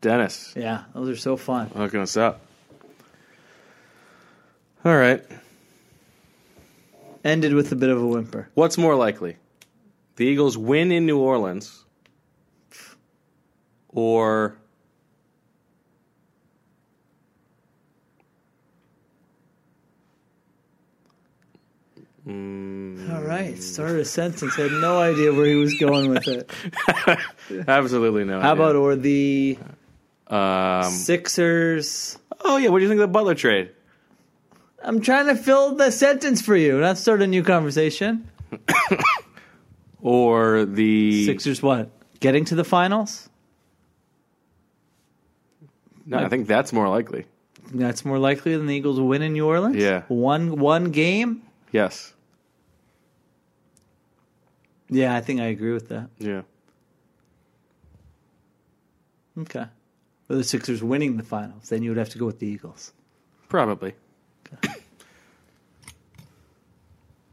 Speaker 3: Dennis
Speaker 4: yeah, those are so fun.
Speaker 3: hooking us up. All right.
Speaker 4: Ended with a bit of a whimper.
Speaker 3: What's more likely? The Eagles win in New Orleans or
Speaker 4: All right, started a sentence. I had no idea where he was going with it.
Speaker 3: absolutely no.
Speaker 4: How
Speaker 3: idea.
Speaker 4: about or the
Speaker 3: um,
Speaker 4: Sixers?
Speaker 3: Oh yeah, what do you think of the Butler trade?
Speaker 4: I'm trying to fill the sentence for you, not start a new conversation.
Speaker 3: Or the
Speaker 4: Sixers, what? Getting to the finals?
Speaker 3: No, I think that's more likely.
Speaker 4: That's more likely than the Eagles win in New Orleans.
Speaker 3: Yeah.
Speaker 4: one one game.
Speaker 3: Yes.
Speaker 4: Yeah, I think I agree with that.
Speaker 3: Yeah.
Speaker 4: Okay. Or the Sixers winning the finals, then you would have to go with the Eagles.
Speaker 3: Probably.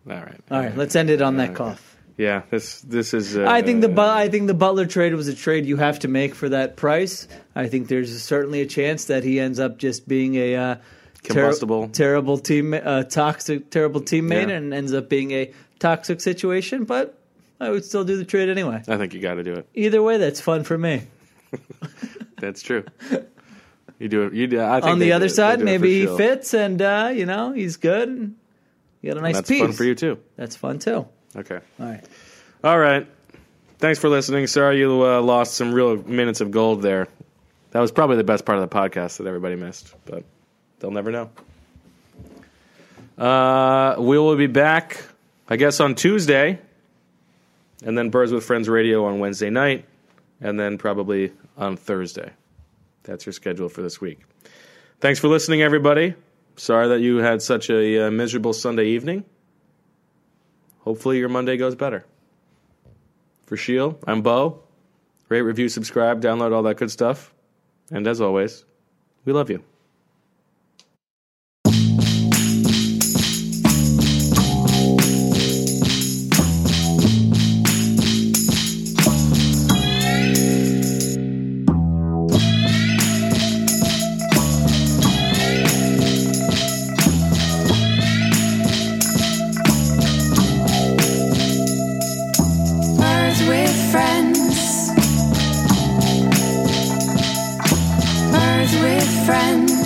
Speaker 3: All right.
Speaker 4: All right, let's end it on that cough.
Speaker 3: Yeah, this this is uh,
Speaker 4: I think the Bu- I think the Butler trade was a trade you have to make for that price. I think there's certainly a chance that he ends up just being a uh, ter-
Speaker 3: Combustible.
Speaker 4: terrible team, uh, toxic, terrible teammate,
Speaker 3: Yeah.
Speaker 4: and ends up being a toxic situation. But I would still do the trade anyway.
Speaker 3: I think you got to do it.
Speaker 4: Either way, that's fun for me.
Speaker 3: That's true. You do it. You do. I think
Speaker 4: On
Speaker 3: they
Speaker 4: the
Speaker 3: do
Speaker 4: other
Speaker 3: it- they
Speaker 4: side,
Speaker 3: do it for
Speaker 4: maybe he
Speaker 3: show.
Speaker 4: fits, and uh, you know he's good. And you got a nice
Speaker 3: That's
Speaker 4: piece.
Speaker 3: fun for you too.
Speaker 4: That's fun too. All
Speaker 3: Okay.
Speaker 4: right.
Speaker 3: All right. Thanks for listening. Sorry you uh, lost some real minutes of gold there. That was probably the best part of the podcast that everybody missed, but they'll never know. Uh, we will be back, I guess, on Tuesday, and then Birds with Friends Radio on Wednesday night, and then probably on Thursday. That's your schedule for this week. Thanks for listening, everybody. Sorry that you had such a uh, miserable Sunday evening. Hopefully, your Monday goes better for Shield. I'm Bo. Rate, review, subscribe, download all that good stuff. And as always, we love you.
Speaker 2: Birds with friends. Birds with friends.